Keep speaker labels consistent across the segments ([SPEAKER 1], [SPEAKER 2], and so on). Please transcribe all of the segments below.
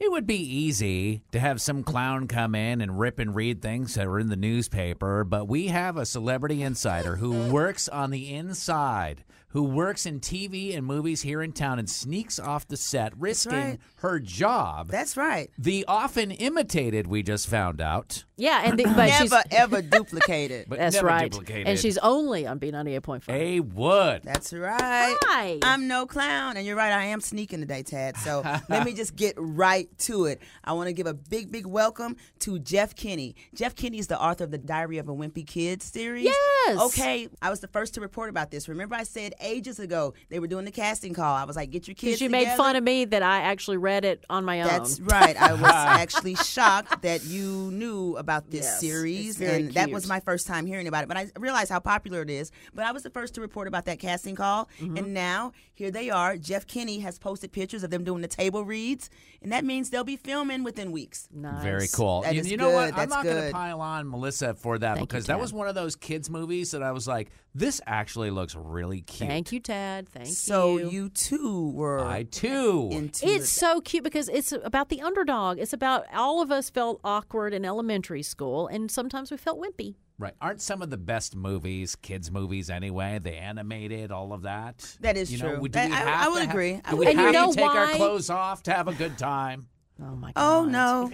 [SPEAKER 1] It would be easy to have some clown come in and rip and read things that are in the newspaper, but we have a celebrity insider who works on the inside, who works in TV and movies here in town and sneaks off the set, risking
[SPEAKER 2] right.
[SPEAKER 1] her job.
[SPEAKER 2] That's right.
[SPEAKER 1] the often imitated, we just found out,
[SPEAKER 3] Yeah, and the, but she's
[SPEAKER 2] Never ever duplicate it.
[SPEAKER 1] but
[SPEAKER 3] that's
[SPEAKER 1] never
[SPEAKER 3] right,
[SPEAKER 1] duplicated.
[SPEAKER 3] and she's only on B ninety eight point five.
[SPEAKER 1] a wood.
[SPEAKER 2] That's right.
[SPEAKER 3] Hi.
[SPEAKER 2] I'm no clown, and you're right. I am sneaking today, Tad. So let me just get right to it. I want to give a big, big welcome to Jeff Kinney. Jeff Kinney is the author of the Diary of a Wimpy Kid series.
[SPEAKER 3] Yes.
[SPEAKER 2] Okay. I was the first to report about this. Remember, I said ages ago they were doing the casting call. I was like, "Get your kids."
[SPEAKER 3] Because you made
[SPEAKER 2] together.
[SPEAKER 3] fun of me that I actually read it on my own.
[SPEAKER 2] That's right. I was actually shocked that you knew about this
[SPEAKER 3] Yes,
[SPEAKER 2] series,
[SPEAKER 3] it's very
[SPEAKER 2] and that
[SPEAKER 3] cute.
[SPEAKER 2] was my first time hearing about it. But I realized how popular it is. But I was the first to report about that casting call,
[SPEAKER 3] Mm-hmm.
[SPEAKER 2] and now here they are. Jeff Kinney has posted pictures of them doing the table reads, and that means they'll be filming within weeks.
[SPEAKER 3] Nice.
[SPEAKER 1] Very cool.
[SPEAKER 2] That
[SPEAKER 1] you,
[SPEAKER 2] is
[SPEAKER 1] you know what?
[SPEAKER 2] good.
[SPEAKER 1] I'm
[SPEAKER 2] That's
[SPEAKER 1] not going to
[SPEAKER 2] good.
[SPEAKER 1] pile on Melissa for that
[SPEAKER 3] Thank you,
[SPEAKER 1] because that
[SPEAKER 3] Kat.
[SPEAKER 1] was one of those kids' movies that I was like, this actually looks really cute.
[SPEAKER 3] Thank you, Tad. Thank
[SPEAKER 2] so
[SPEAKER 3] you.
[SPEAKER 2] you. too were
[SPEAKER 1] I too.
[SPEAKER 2] into
[SPEAKER 3] It's
[SPEAKER 2] the-
[SPEAKER 3] so cute because it's about the underdog. It's about all of us felt awkward in elementary school, and sometimes we felt wimpy.
[SPEAKER 1] right. Aren't some of the best movies, kids' movies anyway, the animated, all of that?
[SPEAKER 2] That is
[SPEAKER 1] you know,
[SPEAKER 2] true.
[SPEAKER 1] would- do
[SPEAKER 2] That-
[SPEAKER 1] we
[SPEAKER 2] I-
[SPEAKER 1] have
[SPEAKER 2] I
[SPEAKER 1] to
[SPEAKER 2] would
[SPEAKER 1] ha-
[SPEAKER 2] agree. I
[SPEAKER 1] Do we
[SPEAKER 2] would
[SPEAKER 1] have
[SPEAKER 3] agree. And you
[SPEAKER 1] to
[SPEAKER 3] know
[SPEAKER 1] take our
[SPEAKER 3] why?
[SPEAKER 1] clothes off to have a good time?
[SPEAKER 3] Oh my god!
[SPEAKER 2] Oh no,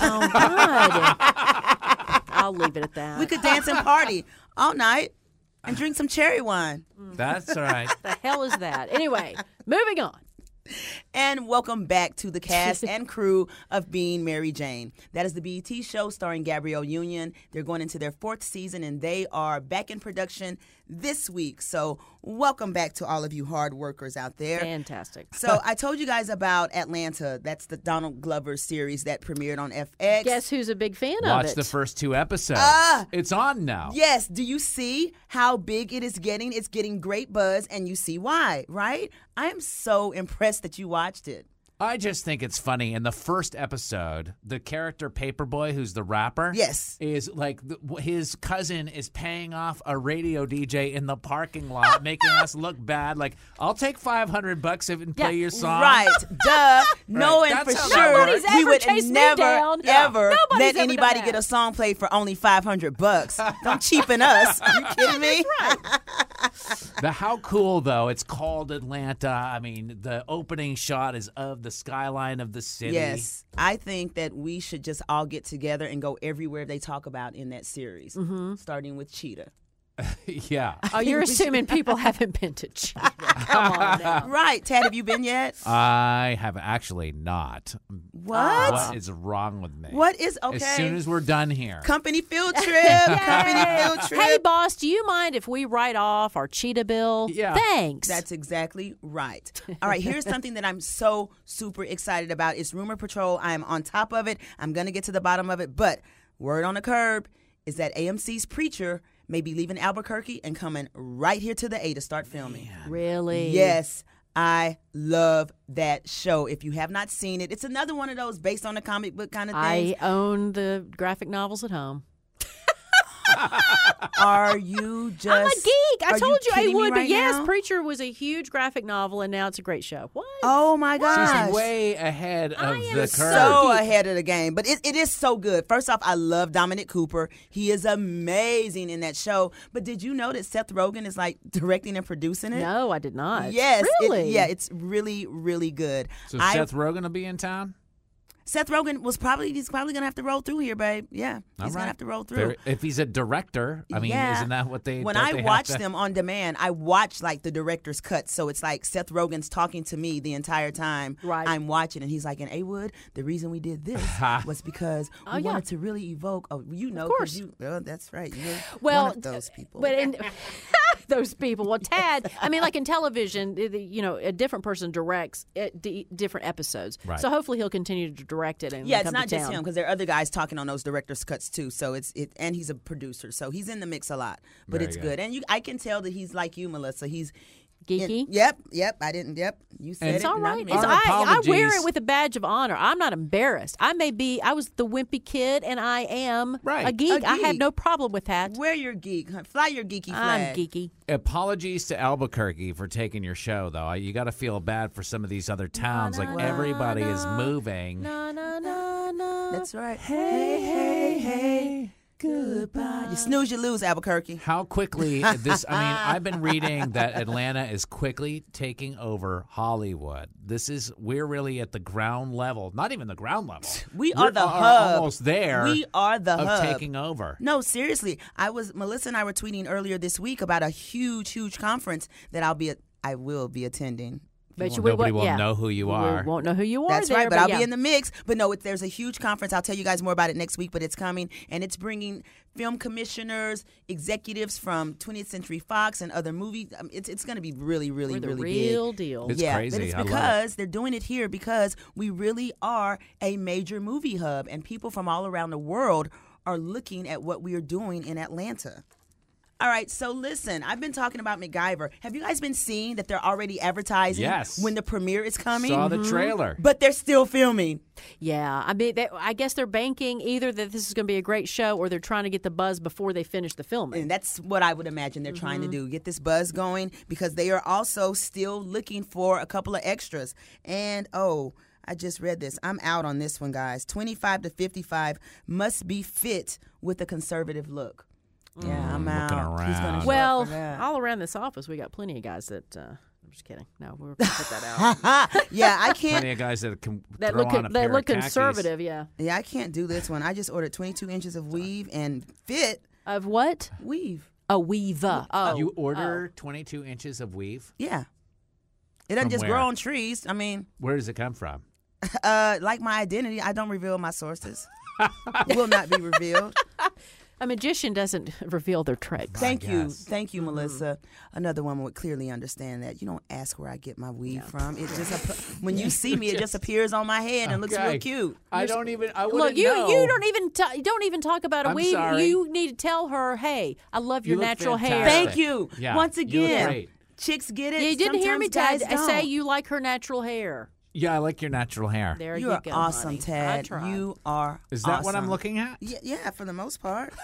[SPEAKER 3] Oh god! I'll leave it at that.
[SPEAKER 2] we could dance and party all night and drink some cherry wine.
[SPEAKER 3] Hmm.
[SPEAKER 1] That's all right.
[SPEAKER 3] the hell is that? Anyway, moving on.
[SPEAKER 2] And welcome back to the cast and crew of Being Mary Jane. That is the BET show starring Gabrielle Union. They're going into their fourth season and they are back in production this week. So, welcome back to all of you hard workers out there.
[SPEAKER 3] Fantastic.
[SPEAKER 2] so, I told you guys about Atlanta. That's the Donald Glover series that premiered on FX.
[SPEAKER 3] Guess who's a big fan of
[SPEAKER 1] Watch
[SPEAKER 3] it?
[SPEAKER 1] the first two episodes.
[SPEAKER 2] Ah!
[SPEAKER 1] it's on now.
[SPEAKER 2] Yes, do you see how big it is getting? It's getting great buzz and you see why, right? I am so impressed that you watched it.
[SPEAKER 1] I just think it's funny. In the first episode, the character Paperboy, who's the rapper,
[SPEAKER 2] Yes.
[SPEAKER 1] is like the, w- his cousin is paying off a radio DJ in the parking lot, making us look bad. Like, I'll take five hundred bucks if and play
[SPEAKER 3] Yeah,
[SPEAKER 1] your song.
[SPEAKER 2] Right, duh. Knowing
[SPEAKER 1] That's
[SPEAKER 2] for
[SPEAKER 1] how that
[SPEAKER 2] sure
[SPEAKER 1] Nobody's
[SPEAKER 3] ever
[SPEAKER 2] we would
[SPEAKER 3] chased me
[SPEAKER 2] never
[SPEAKER 3] down. Yeah.
[SPEAKER 2] ever
[SPEAKER 3] Nobody's ever
[SPEAKER 2] let
[SPEAKER 3] done
[SPEAKER 2] anybody
[SPEAKER 3] that.
[SPEAKER 2] get a song played for only five hundred bucks. Don't cheapen us. you kidding me?
[SPEAKER 1] The how cool though, it's called Atlanta. I mean, the opening shot is of the skyline of the city.
[SPEAKER 2] Yes, I think that we should just all get together and go everywhere they talk about in that series,
[SPEAKER 3] Mm-hmm.
[SPEAKER 2] starting with Cheetah.
[SPEAKER 1] yeah.
[SPEAKER 3] Oh, you're assuming people haven't been to China. Come on
[SPEAKER 1] Ah.
[SPEAKER 3] now.
[SPEAKER 2] Right, Tad? Have you been yet?
[SPEAKER 1] I have actually not.
[SPEAKER 2] what?
[SPEAKER 1] What is wrong with me?
[SPEAKER 2] What is okay?
[SPEAKER 1] As soon as we're done here.
[SPEAKER 2] company field trip, company field trip.
[SPEAKER 3] Hey, boss, do you mind if we write off our cheetah bill?
[SPEAKER 1] Yeah.
[SPEAKER 3] Thanks.
[SPEAKER 2] That's exactly right. All right, here's something that I'm so super excited about. It's Rumor Patrol. I am on top of it. I'm going to get to the bottom of it. But word on the curb is that AMC's Preacher may be leaving Albuquerque and coming right here to the A to start filming.
[SPEAKER 3] really.
[SPEAKER 2] Yes. I love that show. If you have not seen it, it's another one of those based on a comic book kind of thing.
[SPEAKER 3] I own the graphic novels at home.
[SPEAKER 2] Are you just
[SPEAKER 3] I'm a geek. I
[SPEAKER 2] are
[SPEAKER 3] told you, I
[SPEAKER 2] kidding me
[SPEAKER 3] would. but
[SPEAKER 2] right
[SPEAKER 3] yes,
[SPEAKER 2] now?
[SPEAKER 3] Preacher was a huge graphic novel, and now it's a great show. What?
[SPEAKER 2] Oh my gosh.
[SPEAKER 1] She's way ahead of
[SPEAKER 3] am
[SPEAKER 1] the curve.
[SPEAKER 3] so
[SPEAKER 2] so
[SPEAKER 3] Kirby.
[SPEAKER 2] ahead of the game. But it, it is so good. First off, I love Dominic Cooper. He is amazing in that show. But did you know that Seth Rogen is like directing and producing it?
[SPEAKER 3] No, I did not.
[SPEAKER 2] Yes. it-
[SPEAKER 3] Really?
[SPEAKER 2] yeah, it's really, really good.
[SPEAKER 1] So
[SPEAKER 2] I-
[SPEAKER 1] Seth Rogen will be in town.
[SPEAKER 2] Seth Rogen was probably he's probably gonna have to roll through here, babe. Yeah.
[SPEAKER 1] All
[SPEAKER 2] he's
[SPEAKER 1] right.
[SPEAKER 2] gonna have to roll through.
[SPEAKER 1] Very- if he's a director, I mean,
[SPEAKER 2] Yeah.
[SPEAKER 1] isn't that what they?
[SPEAKER 2] When
[SPEAKER 1] don't
[SPEAKER 2] I
[SPEAKER 1] they have
[SPEAKER 2] watch
[SPEAKER 1] to-
[SPEAKER 2] them on demand, I watch like the director's cut, so it's like Seth Rogen's talking to me the entire time
[SPEAKER 3] Right.
[SPEAKER 2] I'm watching, and he's like, "And A Wood, the reason we did this was because we
[SPEAKER 3] Oh, yeah.
[SPEAKER 2] wanted to really evoke, oh, you know, 'cause
[SPEAKER 3] course.
[SPEAKER 2] you, well, that's right, you're
[SPEAKER 3] Well,
[SPEAKER 2] one of those people."
[SPEAKER 3] But and those people. Well, Tad, I mean, like in television, the- the- you know, a different person directs it, d- different episodes.
[SPEAKER 1] Right.
[SPEAKER 3] So hopefully he'll continue to direct it. And
[SPEAKER 2] Yeah, it's
[SPEAKER 3] come
[SPEAKER 2] not
[SPEAKER 3] to
[SPEAKER 2] just
[SPEAKER 3] town.
[SPEAKER 2] him because there are other guys talking on those director's cuts too. So it's it, and he's a producer, so he's in the mix a lot. But
[SPEAKER 1] Very
[SPEAKER 2] it's
[SPEAKER 1] good.
[SPEAKER 2] good, and you, I can tell that he's like you, Melissa. He's in-
[SPEAKER 3] Geeky?
[SPEAKER 2] yep, yep. I didn't. Yep, you said
[SPEAKER 3] It's
[SPEAKER 2] it.
[SPEAKER 3] all
[SPEAKER 2] not
[SPEAKER 3] right.
[SPEAKER 2] me.
[SPEAKER 3] It's, I, I wear
[SPEAKER 1] apologies.
[SPEAKER 3] it with a badge of honor. I'm not embarrassed. I may be, I was the wimpy kid, and I am
[SPEAKER 1] Right.
[SPEAKER 3] a, geek.
[SPEAKER 2] A
[SPEAKER 3] I have
[SPEAKER 2] geek.
[SPEAKER 3] no problem with that.
[SPEAKER 2] Wear your geek. hun- Fly your geeky flag.
[SPEAKER 3] I'm geeky.
[SPEAKER 1] Apologies to Albuquerque for taking your show, though. I- You got to feel bad for some of these other towns. like everybody is moving.
[SPEAKER 3] Na, na, na, na.
[SPEAKER 2] That's right. Hey, hey, hey. Goodbye. You snooze, you lose, Albuquerque.
[SPEAKER 1] How quickly this? I mean, I've been reading that Atlanta is quickly taking over Hollywood. This is we're really at the ground level, not even the ground level.
[SPEAKER 2] We
[SPEAKER 1] We're
[SPEAKER 2] are the
[SPEAKER 1] al-
[SPEAKER 2] hub.
[SPEAKER 1] Almost there.
[SPEAKER 2] We are the
[SPEAKER 1] of
[SPEAKER 2] hub.
[SPEAKER 1] taking over.
[SPEAKER 2] No, seriously. I was Melissa and I were tweeting earlier this week about a huge, huge conference that I'll be a- I will be attending.
[SPEAKER 3] But you
[SPEAKER 1] Nobody
[SPEAKER 3] what-
[SPEAKER 1] will
[SPEAKER 3] yeah.
[SPEAKER 1] know who you
[SPEAKER 3] We
[SPEAKER 1] are.
[SPEAKER 3] won't know who you are.
[SPEAKER 2] That's
[SPEAKER 3] there,
[SPEAKER 2] right, but I'll
[SPEAKER 3] yeah.
[SPEAKER 2] be in the mix. But no, it, there's a huge conference. I'll tell you guys more about it next week, but it's coming and it's bringing film commissioners, executives from 20th Century Fox and other movies. Um, it's it's going to be really, really,
[SPEAKER 3] We're the
[SPEAKER 2] really big.
[SPEAKER 3] real deal.
[SPEAKER 1] It's
[SPEAKER 2] yeah,
[SPEAKER 1] crazy.
[SPEAKER 2] but it's
[SPEAKER 1] I love it.
[SPEAKER 2] because they're doing it here because we really are a major movie hub, and people from all around the world are looking at what we are doing in Atlanta. All right, so listen, I've been talking about MacGyver. Have you guys been seeing that they're already advertising
[SPEAKER 1] Yes.
[SPEAKER 2] when the premiere is coming?
[SPEAKER 1] Saw the trailer.
[SPEAKER 2] hmm. but they're still filming.
[SPEAKER 3] Yeah, I mean, they, I guess they're banking either that this is going to be a great show, or they're trying to get the buzz before they finish the filming.
[SPEAKER 2] And that's what I would imagine they're trying to do get this buzz going because they are also still looking for a couple of extras. And oh, I just read this. I'm out on this one, guys. 25 to 55 must be fit with a conservative look. Yeah, I'm out.
[SPEAKER 1] looking
[SPEAKER 2] Who's gonna
[SPEAKER 1] around.
[SPEAKER 2] show up
[SPEAKER 3] Well,
[SPEAKER 2] for that?
[SPEAKER 3] all around this office, we got plenty of guys that. Uh, I'm just kidding. No, we're gonna put that out.
[SPEAKER 2] yeah, I
[SPEAKER 1] Plenty
[SPEAKER 2] can't.
[SPEAKER 1] of guys that can
[SPEAKER 3] That
[SPEAKER 1] throw
[SPEAKER 3] look
[SPEAKER 1] on a pair
[SPEAKER 3] that
[SPEAKER 1] of
[SPEAKER 3] look
[SPEAKER 1] khakis.
[SPEAKER 3] conservative. Yeah.
[SPEAKER 2] Yeah, I can't do this one. I just ordered 22 inches of weave and fit
[SPEAKER 3] Of what?
[SPEAKER 2] weave.
[SPEAKER 3] A weaver. Oh,
[SPEAKER 1] You order 22 inches of weave.
[SPEAKER 2] Yeah. It doesn't
[SPEAKER 1] From
[SPEAKER 2] just
[SPEAKER 1] where?
[SPEAKER 2] grow on trees. I mean,
[SPEAKER 1] Where does it come from?
[SPEAKER 2] uh, like my identity, I don't reveal my sources. Will not be revealed.
[SPEAKER 1] Ah,
[SPEAKER 3] a magician doesn't reveal their tricks.
[SPEAKER 2] Thank you,
[SPEAKER 1] guess.
[SPEAKER 2] thank you, Melissa. Another woman would clearly understand that. You don't ask where I get my weave from. It just app- when you see me, it just appears on my head and looks
[SPEAKER 1] Okay.
[SPEAKER 2] real cute.
[SPEAKER 1] I don't even. I
[SPEAKER 3] Look,
[SPEAKER 1] wouldn't
[SPEAKER 3] you
[SPEAKER 1] know.
[SPEAKER 3] you
[SPEAKER 2] e
[SPEAKER 3] don't even t- don't even talk about a
[SPEAKER 1] I'm
[SPEAKER 3] weave.
[SPEAKER 1] sorry.
[SPEAKER 3] You need to tell her, hey, I love
[SPEAKER 1] You
[SPEAKER 3] your
[SPEAKER 1] look
[SPEAKER 3] natural hair.
[SPEAKER 1] fantastic.
[SPEAKER 2] Thank you.
[SPEAKER 1] Yeah,
[SPEAKER 2] Once
[SPEAKER 1] you look
[SPEAKER 2] again,
[SPEAKER 1] great.
[SPEAKER 2] chicks get it.
[SPEAKER 3] Yeah, you didn't hear
[SPEAKER 2] Sometimes
[SPEAKER 3] me,
[SPEAKER 2] guys
[SPEAKER 3] Tad. I say
[SPEAKER 2] don't.
[SPEAKER 3] you like her natural hair.
[SPEAKER 1] Yeah, I like your natural hair.
[SPEAKER 3] There you,
[SPEAKER 2] You are
[SPEAKER 3] go.
[SPEAKER 2] awesome,
[SPEAKER 3] honey. I
[SPEAKER 2] Tad.
[SPEAKER 3] tried.
[SPEAKER 2] You are.
[SPEAKER 1] Is that what I'm
[SPEAKER 2] awesome.
[SPEAKER 1] looking at?
[SPEAKER 2] Yeah, yeah, for the most part.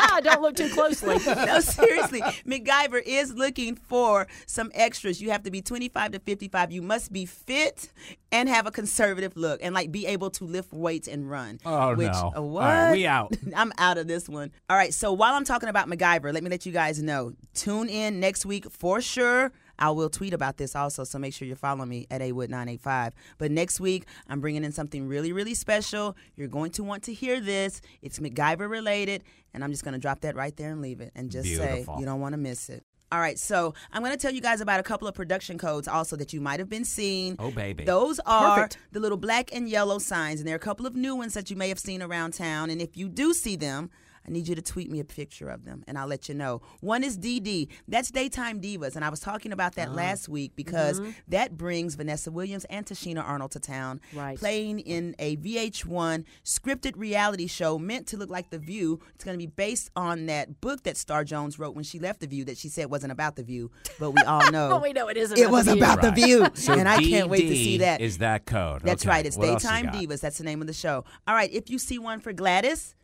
[SPEAKER 3] ah, don't look too closely.
[SPEAKER 2] no, seriously, MacGyver is looking for some extras. You have to be 25 to 55. You must be fit and have a conservative look and like be able to lift weights and run.
[SPEAKER 1] Oh,
[SPEAKER 2] which,
[SPEAKER 1] no.
[SPEAKER 2] uh,
[SPEAKER 1] All
[SPEAKER 2] what?
[SPEAKER 1] right, we out.
[SPEAKER 2] I'm out of this one. All right, so while I'm talking about MacGyver, let me let you guys know. Tune in next week for sure. I will tweet about this also, so make sure you're following me at awood985. But next week, I'm bringing in something really, really special. You're going to want to hear this. It's MacGyver related, and I'm just going to drop that right there and leave it and just
[SPEAKER 1] Beautiful.
[SPEAKER 2] say you don't want to miss it. All right, so I'm going to tell you guys about a couple of production codes also that you might have been seeing.
[SPEAKER 1] Oh, baby.
[SPEAKER 2] Those are the little black and yellow signs, and there are a couple of new ones that you may have seen around town. And if you do see them, I need you to tweet me a picture of them, and I'll let you know. One is DD. That's Daytime Divas, and I was talking about that last week because that brings Vanessa Williams and Tashina Arnold to town,
[SPEAKER 3] Right.
[SPEAKER 2] playing in a VH1 scripted reality show meant to look like The View. It's going to be based on that book that Star Jones wrote when she left The View that she said wasn't about The View, but we all know
[SPEAKER 3] Oh, we know it isn't.
[SPEAKER 2] it was
[SPEAKER 3] you.
[SPEAKER 2] about
[SPEAKER 1] Right.
[SPEAKER 2] the view,
[SPEAKER 1] So
[SPEAKER 2] and I can't wait to
[SPEAKER 1] DD
[SPEAKER 2] see that.
[SPEAKER 1] Is that code?
[SPEAKER 2] That's
[SPEAKER 1] Okay,
[SPEAKER 2] right. It's
[SPEAKER 1] what else you
[SPEAKER 2] Daytime
[SPEAKER 1] got?
[SPEAKER 2] Divas. That's the name of the show. All right. If you see one for Gladys,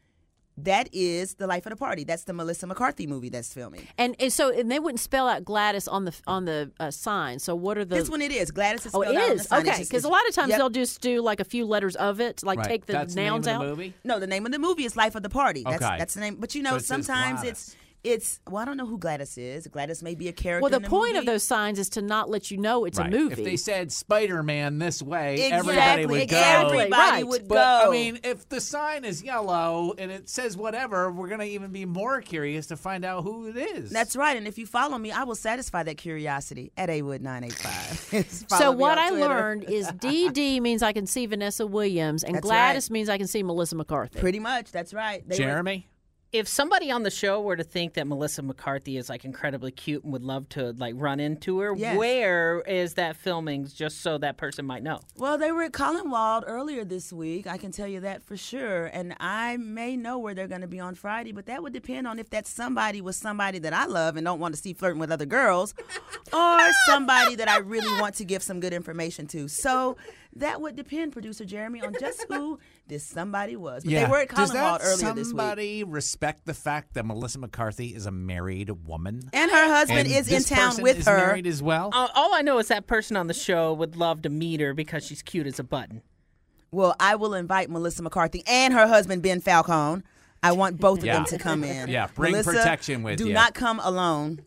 [SPEAKER 2] that is the life of the party. That's the Melissa McCarthy movie that's filming.
[SPEAKER 3] And, and so and they wouldn't spell out Gladys on the on the uh, sign. So what are the?
[SPEAKER 2] this one it is. Gladys is.
[SPEAKER 3] oh, it
[SPEAKER 2] spelled out on the
[SPEAKER 3] is
[SPEAKER 2] sign. It's
[SPEAKER 3] okay.
[SPEAKER 2] just-
[SPEAKER 3] Because a
[SPEAKER 2] it's-
[SPEAKER 3] lot of times
[SPEAKER 2] yep.
[SPEAKER 3] they'll just do like a few letters of it, like
[SPEAKER 1] Right.
[SPEAKER 3] take the
[SPEAKER 1] That's
[SPEAKER 3] nouns
[SPEAKER 1] the name
[SPEAKER 3] out.
[SPEAKER 1] Of the movie?
[SPEAKER 2] No, the name of the movie is Life of the Party. That's,
[SPEAKER 1] Okay.
[SPEAKER 2] that's the name. But you know,
[SPEAKER 1] So it says
[SPEAKER 2] sometimes
[SPEAKER 1] Gladys.
[SPEAKER 2] it's it's. Well, I don't know who Gladys is. Gladys may be a character.
[SPEAKER 3] Well, the,
[SPEAKER 2] in
[SPEAKER 3] point of
[SPEAKER 2] movie.
[SPEAKER 3] those signs is to not let you know it's
[SPEAKER 1] Right.
[SPEAKER 3] a movie.
[SPEAKER 1] If they said Spider Man this way, everybody
[SPEAKER 2] Exactly.
[SPEAKER 1] would
[SPEAKER 3] exactly.
[SPEAKER 1] go.
[SPEAKER 2] Everybody
[SPEAKER 3] Right.
[SPEAKER 2] would
[SPEAKER 1] But
[SPEAKER 2] go.
[SPEAKER 1] I mean, if the sign is yellow and it says whatever, we're gonna even be more curious to find out who it is.
[SPEAKER 2] That's right. And if you follow me, I will satisfy that curiosity at Awood985.
[SPEAKER 3] so what I learned is DD means I can see Vanessa Williams, and
[SPEAKER 2] That's
[SPEAKER 3] Gladys
[SPEAKER 2] right.
[SPEAKER 3] means I can see Melissa McCarthy.
[SPEAKER 2] Pretty much. That's right. They were-
[SPEAKER 1] Jeremy.
[SPEAKER 4] if somebody on the show were to think that Melissa McCarthy is like incredibly cute and would love to like run into her,
[SPEAKER 2] Yes.
[SPEAKER 4] where is that filming? Just so that person might know.
[SPEAKER 2] Well, they were at Collinwald earlier this week. I can tell you that for sure. And I may know where they're going to be on Friday, but that would depend on if that somebody was somebody that I love and don't want to see flirting with other girls, or somebody that I really want to give some good information to. So that would depend, producer Jeremy, on just who this somebody was. But they were at
[SPEAKER 1] Does that
[SPEAKER 2] Collinwald earlier this week.
[SPEAKER 1] somebody respect the fact that Melissa McCarthy is a married woman?
[SPEAKER 2] And her husband
[SPEAKER 1] And
[SPEAKER 2] is in
[SPEAKER 1] this
[SPEAKER 2] town
[SPEAKER 1] person
[SPEAKER 2] with
[SPEAKER 1] is
[SPEAKER 2] her. Oh.
[SPEAKER 1] married as well.
[SPEAKER 4] Uh, all I know is that person on the show would love to meet her because she's cute as a button.
[SPEAKER 2] Well, I will invite Melissa McCarthy and her husband Ben Falcone. I want both
[SPEAKER 1] Yeah.
[SPEAKER 2] of them to come in.
[SPEAKER 1] Yeah, bring
[SPEAKER 2] Melissa,
[SPEAKER 1] protection with
[SPEAKER 2] do
[SPEAKER 1] you.
[SPEAKER 2] not come alone.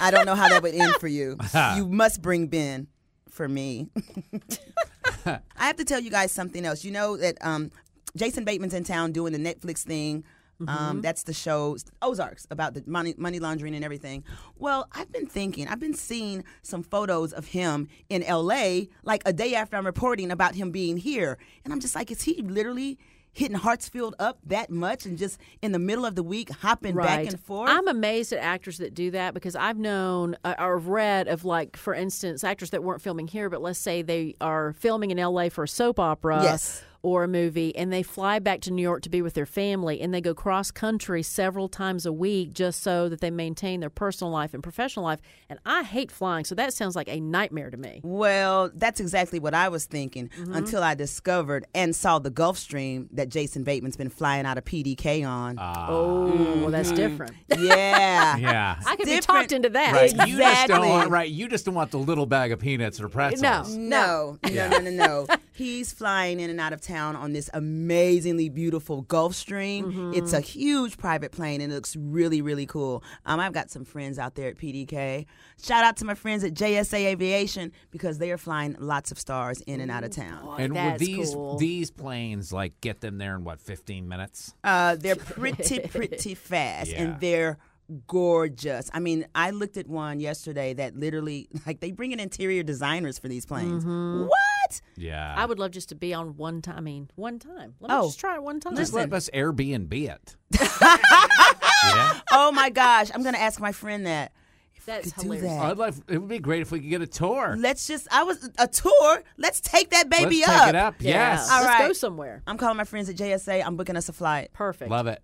[SPEAKER 2] I don't know how that would end for you. you must bring Ben for me. I have to tell you guys something else. You know that um, Jason Bateman's in town doing the Netflix thing. Um, that's the show Ozarks about the money money laundering and everything. Well, I've been thinking, I've been seeing some photos of him in L.A. like a day after I'm reporting about him being here, and I'm just like, is he literally hitting Hartsfield up that much and just in the middle of the week hopping back and forth?
[SPEAKER 3] I'm amazed at actors that do that because I've known uh, or read of like, for instance, actors that weren't filming here, but let's say they are filming in L.A. for a soap opera.
[SPEAKER 2] Yes.
[SPEAKER 3] Or a movie, and they fly back to New York to be with their family, and they go cross country several times a week just so that they maintain their personal life and professional life. And I hate flying, so that sounds like a nightmare to me.
[SPEAKER 2] Well, that's exactly what I was thinking until I discovered and saw the Gulf Stream that Jason Bateman's been flying out of PDK on.
[SPEAKER 3] oh, well, that's different.
[SPEAKER 2] yeah.
[SPEAKER 1] yeah.
[SPEAKER 3] I could
[SPEAKER 2] Mm-hmm. Different-
[SPEAKER 3] be talked into that.
[SPEAKER 1] Right, you just don't
[SPEAKER 2] Exactly.
[SPEAKER 1] want. Right, you just don't want the little bag of peanuts or pretzels.
[SPEAKER 2] No, no, no, no, no. He's flying in and out of town on this amazingly beautiful Gulf Stream. It's a huge private plane and it looks really, really cool. Um, I've got some friends out there at PDK. Shout out to my friends at JSA Aviation because they are flying lots of stars in and out of town.
[SPEAKER 1] And would
[SPEAKER 3] That's
[SPEAKER 1] these
[SPEAKER 3] cool.
[SPEAKER 1] these planes like get them there in what 15 minutes?
[SPEAKER 2] Uh, they're pretty, pretty fast,
[SPEAKER 1] Yeah.
[SPEAKER 2] and they're gorgeous. I mean, I looked at one yesterday that literally, like, they bring in interior designers for these planes.
[SPEAKER 3] Mm-hmm.
[SPEAKER 2] What?
[SPEAKER 1] Yeah.
[SPEAKER 3] I would love just to be on one time. I mean, one time. Let me
[SPEAKER 2] Oh,
[SPEAKER 3] just try it one time.
[SPEAKER 1] just let us Airbnb it. yeah.
[SPEAKER 2] Oh my gosh! I'm gonna ask my friend that.
[SPEAKER 3] That's
[SPEAKER 2] Could do
[SPEAKER 3] hilarious.
[SPEAKER 2] that.
[SPEAKER 1] I'd like it would be great if we could get a tour.
[SPEAKER 2] Let's just. I was a tour. Let's take that baby
[SPEAKER 1] Let's
[SPEAKER 2] up.
[SPEAKER 1] take it up. Yes.
[SPEAKER 3] Let's
[SPEAKER 2] All
[SPEAKER 3] go
[SPEAKER 2] right.
[SPEAKER 3] somewhere.
[SPEAKER 2] I'm calling my friends at JSA. I'm booking us a flight.
[SPEAKER 3] Perfect.
[SPEAKER 1] Love it.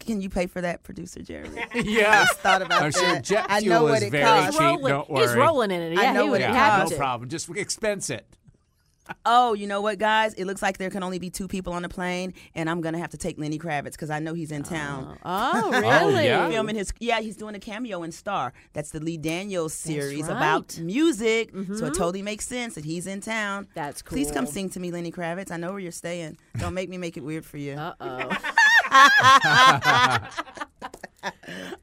[SPEAKER 2] Can you pay for that, producer Jeremy?
[SPEAKER 1] Yeah.
[SPEAKER 2] Thought about
[SPEAKER 1] Our
[SPEAKER 2] that.
[SPEAKER 1] sure jet
[SPEAKER 2] I
[SPEAKER 1] fuel
[SPEAKER 2] know what
[SPEAKER 1] is
[SPEAKER 2] it
[SPEAKER 1] very
[SPEAKER 2] costs.
[SPEAKER 3] He's
[SPEAKER 1] cheap.
[SPEAKER 3] rolling,
[SPEAKER 1] Don't worry.
[SPEAKER 3] he's rolling in it.
[SPEAKER 2] I
[SPEAKER 3] Yeah,
[SPEAKER 2] know
[SPEAKER 3] he
[SPEAKER 2] what
[SPEAKER 3] would
[SPEAKER 2] it
[SPEAKER 3] have
[SPEAKER 1] Yeah,
[SPEAKER 2] costs.
[SPEAKER 3] to.
[SPEAKER 1] no problem. Just expense it.
[SPEAKER 2] Oh, you know what, guys? It looks like there can only be two people on the plane, and I'm gonna have to take Lenny Kravitz because I know he's in town.
[SPEAKER 3] Oh,
[SPEAKER 1] Oh,
[SPEAKER 3] really?
[SPEAKER 1] yeah.
[SPEAKER 2] filming his yeah he's doing a cameo in star that's the lee daniels series
[SPEAKER 3] right. Mm-hmm.
[SPEAKER 2] about music so it totally makes sense that he's in town
[SPEAKER 3] That's
[SPEAKER 2] please come
[SPEAKER 3] cool.
[SPEAKER 2] sing to me lenny kravitz i know where you're staying don't make me make it weird for you
[SPEAKER 3] Uh-oh.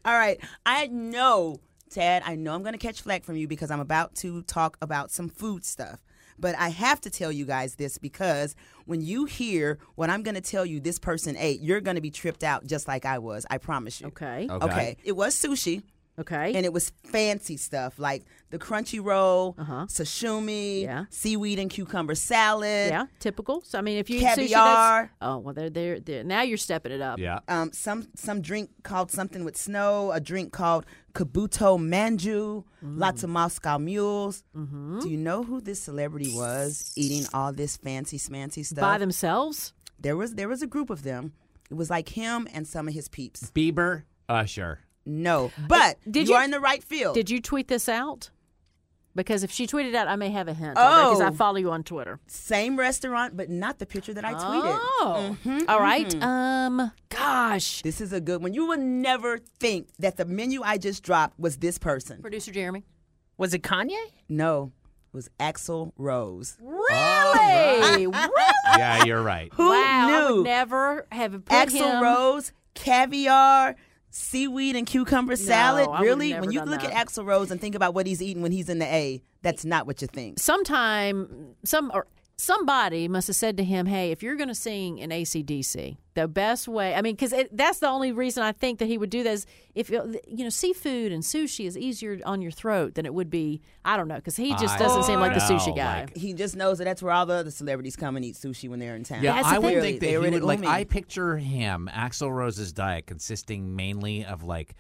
[SPEAKER 2] all right i know tad i know i'm going to catch flack from you because i'm about to talk about some food stuff but I have to tell you guys this because when you hear what I'm going to tell you this person ate, you're going to be tripped out just like I was. I promise you.
[SPEAKER 3] Okay.
[SPEAKER 1] Okay.
[SPEAKER 2] Okay. It was sushi.
[SPEAKER 3] Okay.
[SPEAKER 2] and it was fancy stuff like the crunchy roll, sashimi,
[SPEAKER 3] Uh-huh. Yeah.
[SPEAKER 2] seaweed and cucumber salad,
[SPEAKER 3] yeah, typical. So I mean, if you eat sushi, that's,
[SPEAKER 2] caviar,
[SPEAKER 3] oh well, they're, they're they're now you're stepping it up.
[SPEAKER 1] Yeah.
[SPEAKER 2] um, some some drink called something with snow, a drink called kabuto manju,
[SPEAKER 3] Mm.
[SPEAKER 2] lots of Moscow mules.
[SPEAKER 3] Mm-hmm.
[SPEAKER 2] Do you know who this celebrity was eating all this fancy smancy stuff?
[SPEAKER 3] by themselves.
[SPEAKER 2] There was there was a group of them. It was like him and some of his peeps.
[SPEAKER 1] Bieber, Usher.
[SPEAKER 2] No, but
[SPEAKER 3] Did
[SPEAKER 2] you
[SPEAKER 3] you-
[SPEAKER 2] are in the right field.
[SPEAKER 3] Did you tweet this out? Because if she tweeted out, I may have a hint
[SPEAKER 2] Oh.
[SPEAKER 3] because I follow you on Twitter.
[SPEAKER 2] Same restaurant, but not the picture that I tweeted.
[SPEAKER 3] Oh, All right. Um, gosh,
[SPEAKER 2] This is a good one. You will never think that the menu I just dropped was this person.
[SPEAKER 3] producer Jeremy.
[SPEAKER 4] Was it Kanye?
[SPEAKER 2] No, it was Axel Rose.
[SPEAKER 3] Really?
[SPEAKER 1] Yeah, you're right.
[SPEAKER 2] Who
[SPEAKER 3] wow, I
[SPEAKER 2] knew?
[SPEAKER 3] would never have put
[SPEAKER 2] Axel
[SPEAKER 3] him.
[SPEAKER 2] Rose, caviar, seaweed, and cucumber salad.
[SPEAKER 3] I would've
[SPEAKER 2] really?
[SPEAKER 3] never
[SPEAKER 2] When you
[SPEAKER 3] done
[SPEAKER 2] look
[SPEAKER 3] that.
[SPEAKER 2] at Axel Rose and think about what he's eating when he's in the A, that's not what you think.
[SPEAKER 3] sometime some or somebody must have said to him, "Hey, if you're going to sing in ACDC, the best way, I mean, because that's the only reason I think that he would do this. If it- you know, seafood and sushi is easier on your throat than it would be. I don't know, because he just
[SPEAKER 1] I
[SPEAKER 3] doesn't seem like the
[SPEAKER 1] know,
[SPEAKER 3] sushi guy.
[SPEAKER 1] like-
[SPEAKER 2] He just knows that that's where all the other celebrities come and eat sushi when they're in town.
[SPEAKER 1] Yeah,
[SPEAKER 3] That's the
[SPEAKER 1] I would
[SPEAKER 3] thing.
[SPEAKER 1] think that
[SPEAKER 2] They
[SPEAKER 1] he
[SPEAKER 2] were
[SPEAKER 1] would like.
[SPEAKER 2] umi.
[SPEAKER 1] I picture him, Axl Rose's diet consisting mainly of like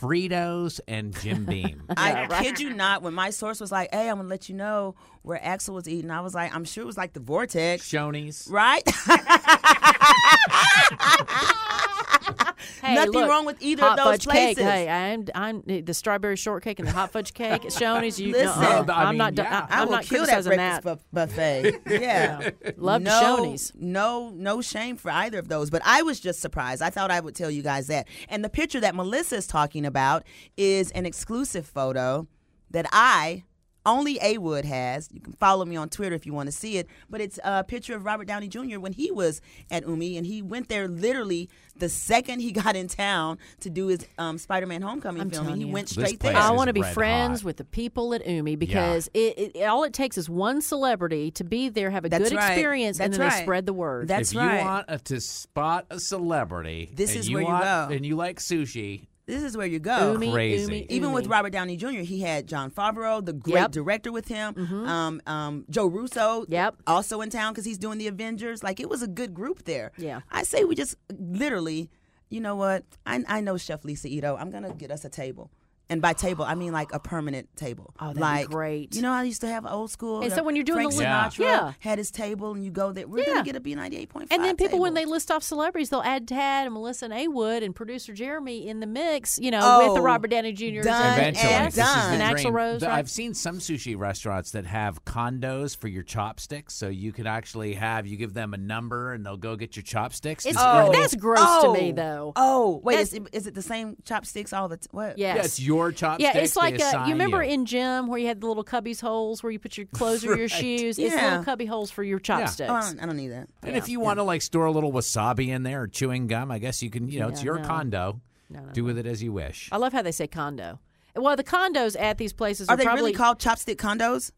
[SPEAKER 1] Fritos and Jim Beam.
[SPEAKER 2] I kid you not. When my source was like, "Hey, I'm gonna let you know where Axel was eating," I was like, "I'm sure it was like the vortex,
[SPEAKER 1] Shoney's.
[SPEAKER 2] right?"
[SPEAKER 3] Hey,
[SPEAKER 2] Nothing
[SPEAKER 3] look,
[SPEAKER 2] wrong with either of
[SPEAKER 3] hot
[SPEAKER 2] those
[SPEAKER 3] fudge
[SPEAKER 2] places.
[SPEAKER 3] Cake. Hey, I'm I'm the strawberry shortcake and the hot fudge cake at Shoney's. You,
[SPEAKER 2] Listen.
[SPEAKER 3] no,
[SPEAKER 1] No, I
[SPEAKER 3] I'm
[SPEAKER 1] mean,
[SPEAKER 3] not. do-
[SPEAKER 1] yeah.
[SPEAKER 3] I,
[SPEAKER 2] I
[SPEAKER 3] am
[SPEAKER 2] will
[SPEAKER 3] not
[SPEAKER 2] kill that
[SPEAKER 3] criticizing
[SPEAKER 2] breakfast bu- buffet. Yeah,
[SPEAKER 3] Love the
[SPEAKER 2] no,
[SPEAKER 3] Shoney's.
[SPEAKER 2] No, no shame for either of those. But I was just surprised. I thought I would tell you guys that. And the picture that Melissa is talking about is an exclusive photo that I. Only A Wood has. You can follow me on Twitter if you want to see it. But it's a picture of Robert Downey Jr. when he was at UMI, and he went there literally the second he got in town to do his um, Spider-Man Homecoming
[SPEAKER 3] I'm
[SPEAKER 2] film, and
[SPEAKER 3] telling
[SPEAKER 2] he
[SPEAKER 3] you.
[SPEAKER 2] went
[SPEAKER 1] This
[SPEAKER 2] straight
[SPEAKER 1] place
[SPEAKER 2] there.
[SPEAKER 3] I
[SPEAKER 1] is
[SPEAKER 3] want to be
[SPEAKER 1] red
[SPEAKER 3] friends
[SPEAKER 1] hot.
[SPEAKER 3] with the people at UMI because it, it, it- all it takes is one celebrity to be there, have a
[SPEAKER 2] That's
[SPEAKER 3] good
[SPEAKER 2] right.
[SPEAKER 3] experience, and
[SPEAKER 2] That's
[SPEAKER 3] then they
[SPEAKER 2] right.
[SPEAKER 3] spread the word.
[SPEAKER 2] That's
[SPEAKER 1] if you
[SPEAKER 2] right.
[SPEAKER 1] want uh, to spot a celebrity,
[SPEAKER 2] This
[SPEAKER 1] and
[SPEAKER 2] is where you
[SPEAKER 1] want-
[SPEAKER 2] go.
[SPEAKER 1] and you like sushi,
[SPEAKER 2] this is where you go.
[SPEAKER 3] Umi,
[SPEAKER 1] crazy.
[SPEAKER 3] Umi,
[SPEAKER 2] Even with
[SPEAKER 3] Umi.
[SPEAKER 2] Robert Downey Jr., he had John Favreau, the great
[SPEAKER 3] Yep. Mm-hmm.
[SPEAKER 2] director, with him. Um, um, Joe Russo,
[SPEAKER 3] Yep.
[SPEAKER 2] also in town because he's doing the Avengers. Like it was a good group there.
[SPEAKER 3] Yeah.
[SPEAKER 2] I say we just literally, you know what? I, I know Chef Lisa Ito. I'm gonna get us a table, and by table I mean like a permanent table. Oh,
[SPEAKER 3] that'd be
[SPEAKER 2] like
[SPEAKER 3] great.
[SPEAKER 2] You know, I used to have old school.
[SPEAKER 3] And
[SPEAKER 2] uh,
[SPEAKER 3] so when you're doing
[SPEAKER 2] Frank
[SPEAKER 3] the li-
[SPEAKER 1] Yeah.
[SPEAKER 2] Sinatra
[SPEAKER 3] Yeah.
[SPEAKER 2] had his table, and you go there, we're
[SPEAKER 3] Yeah.
[SPEAKER 2] gonna get a B98.5.
[SPEAKER 3] And then people,
[SPEAKER 2] table.
[SPEAKER 3] when they list off celebrities, they'll add Tad and Melissa and A Wood and producer Jeremy in the mix, you know, with the
[SPEAKER 2] Oh,
[SPEAKER 3] Robert Downey Jr.
[SPEAKER 2] done
[SPEAKER 3] and,
[SPEAKER 1] eventually,
[SPEAKER 2] Uh, and
[SPEAKER 1] this is the
[SPEAKER 2] done.
[SPEAKER 3] and Axl
[SPEAKER 1] dream.
[SPEAKER 3] Rose.
[SPEAKER 1] The-
[SPEAKER 3] right?
[SPEAKER 1] I've seen some sushi restaurants that have condos for your chopsticks, so you can actually have you give them a number and they'll go get your chopsticks.
[SPEAKER 3] It's-
[SPEAKER 1] This
[SPEAKER 3] Oh.
[SPEAKER 1] early-
[SPEAKER 3] That's gross to me, though.
[SPEAKER 2] Oh, wait,
[SPEAKER 3] That's-
[SPEAKER 2] is it, is it the same chopsticks all the t- what?
[SPEAKER 3] yes.
[SPEAKER 1] yeah, it's your chopsticks.
[SPEAKER 3] Yeah, it's
[SPEAKER 1] they
[SPEAKER 3] like uh
[SPEAKER 1] assign
[SPEAKER 3] you remember
[SPEAKER 1] you.
[SPEAKER 3] in gym where you had the little cubbies holes where you put your clothes or your shoes. It's
[SPEAKER 2] Yeah.
[SPEAKER 3] little cubby holes for your chopsticks.
[SPEAKER 2] Oh, I don't, I don't need that.
[SPEAKER 1] And if you want to like store a little wasabi in there or chewing gum, I guess you can. You know, it's
[SPEAKER 3] Yeah,
[SPEAKER 1] your
[SPEAKER 3] no.
[SPEAKER 1] condo. Do with it as you wish.
[SPEAKER 2] Uh,
[SPEAKER 3] I love how they say condo. Well, the condos at these places
[SPEAKER 2] Are
[SPEAKER 3] are,
[SPEAKER 2] they
[SPEAKER 3] probably
[SPEAKER 2] really called chopstick condos?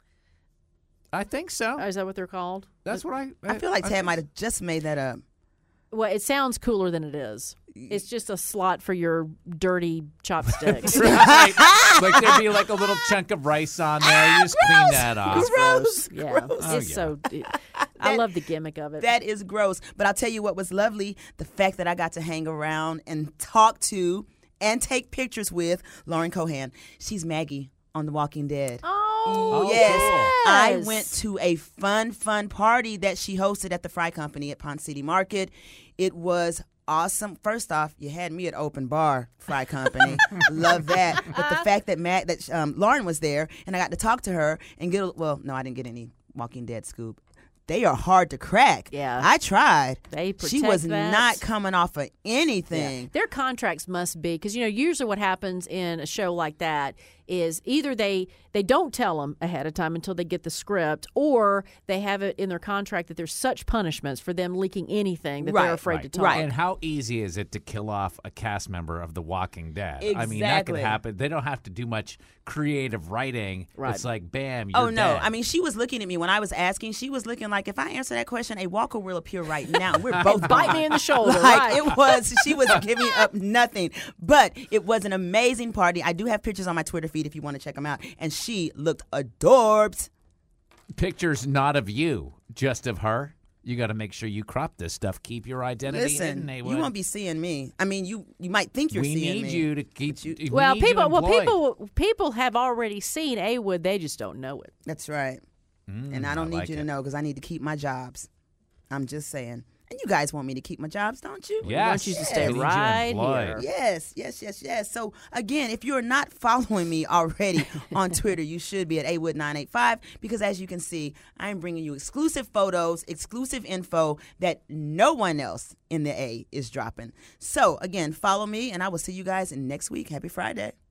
[SPEAKER 1] I think
[SPEAKER 3] Oh,
[SPEAKER 1] so.
[SPEAKER 3] is that what they're called?
[SPEAKER 1] That's what I.
[SPEAKER 2] I feel like Tad might have just made that up.
[SPEAKER 3] Well, it sounds cooler than it is. It's just a slot for your dirty chopsticks.
[SPEAKER 1] right. Like there'd be like a little chunk of rice on there. You just clean that off.
[SPEAKER 2] Gross.
[SPEAKER 3] yeah,
[SPEAKER 1] Oh,
[SPEAKER 3] it's
[SPEAKER 1] yeah.
[SPEAKER 3] so. I love the gimmick of it.
[SPEAKER 2] That is gross. But I'll tell you what was lovely the fact that I got to hang around and talk to and take pictures with Lauren Cohan. She's Maggie on The Walking Dead.
[SPEAKER 3] oh,
[SPEAKER 2] yes. I
[SPEAKER 3] yes.
[SPEAKER 2] went to a fun, fun party that she hosted at the Fry Company at Pond City Market. It was awesome. First off, you had me at open bar, Fry Company. Love that. But the fact that Matt, that um, Lauren was there, and I got to talk to her and get. A, well, no, I didn't get any Walking Dead scoop. They are hard to crack.
[SPEAKER 3] Yeah.
[SPEAKER 2] I tried.
[SPEAKER 3] They
[SPEAKER 2] she
[SPEAKER 3] protect
[SPEAKER 2] was
[SPEAKER 3] that.
[SPEAKER 2] not coming off of anything.
[SPEAKER 3] Their contracts must be because you know usually what happens in a show like that is either they they don't tell them ahead of time until they get the script, or they have it in their contract that there's such punishments for them leaking anything that
[SPEAKER 2] Right,
[SPEAKER 3] they're afraid to talk.
[SPEAKER 1] And how easy is it to kill off a cast member of The Walking Dead? I mean, that could
[SPEAKER 2] Exactly.
[SPEAKER 1] happen. They don't have to do much creative writing.
[SPEAKER 3] Right.
[SPEAKER 1] It's like, bam, you're
[SPEAKER 2] Oh no!
[SPEAKER 1] dead.
[SPEAKER 2] I mean, she was looking at me when I was asking. She was looking like, if I answer that question, a walker will appear right now. We're both
[SPEAKER 3] Bite
[SPEAKER 2] gone.
[SPEAKER 3] me in the shoulder,
[SPEAKER 2] Like
[SPEAKER 3] right.
[SPEAKER 2] it was, she was giving up nothing. But it was an amazing party. I do have pictures on my Twitter feed if you want to check them out. And she looked adorbed.
[SPEAKER 1] pictures not of you, just of her. You got to make sure you crop this stuff. Keep your identity hidden.
[SPEAKER 2] Listen,
[SPEAKER 1] They
[SPEAKER 2] you
[SPEAKER 1] would-
[SPEAKER 2] won't be seeing me. I mean, you you might think you're
[SPEAKER 1] we
[SPEAKER 2] seeing
[SPEAKER 1] need
[SPEAKER 2] me.
[SPEAKER 1] you to keep. we
[SPEAKER 3] Well,
[SPEAKER 1] need you
[SPEAKER 3] people, well,
[SPEAKER 1] employed.
[SPEAKER 3] people, people have already seen A Wood. They just don't know it.
[SPEAKER 2] That's right. and I don't need
[SPEAKER 1] Mm, like
[SPEAKER 2] you
[SPEAKER 1] it.
[SPEAKER 2] to know because I need to keep my jobs. I'm just saying. And you guys want me to keep my jobs, don't you?
[SPEAKER 1] Yes.
[SPEAKER 3] want you to stay
[SPEAKER 1] We need you
[SPEAKER 3] right
[SPEAKER 1] employed.
[SPEAKER 3] here.
[SPEAKER 2] Yes, yes, yes, yes. So again, if you're not following me already on Twitter, you should be at awood985 because as you can see, I'm bringing you exclusive photos, exclusive info that no one else in the A is dropping. So again, follow me, and I will see you guys next week. Happy Friday.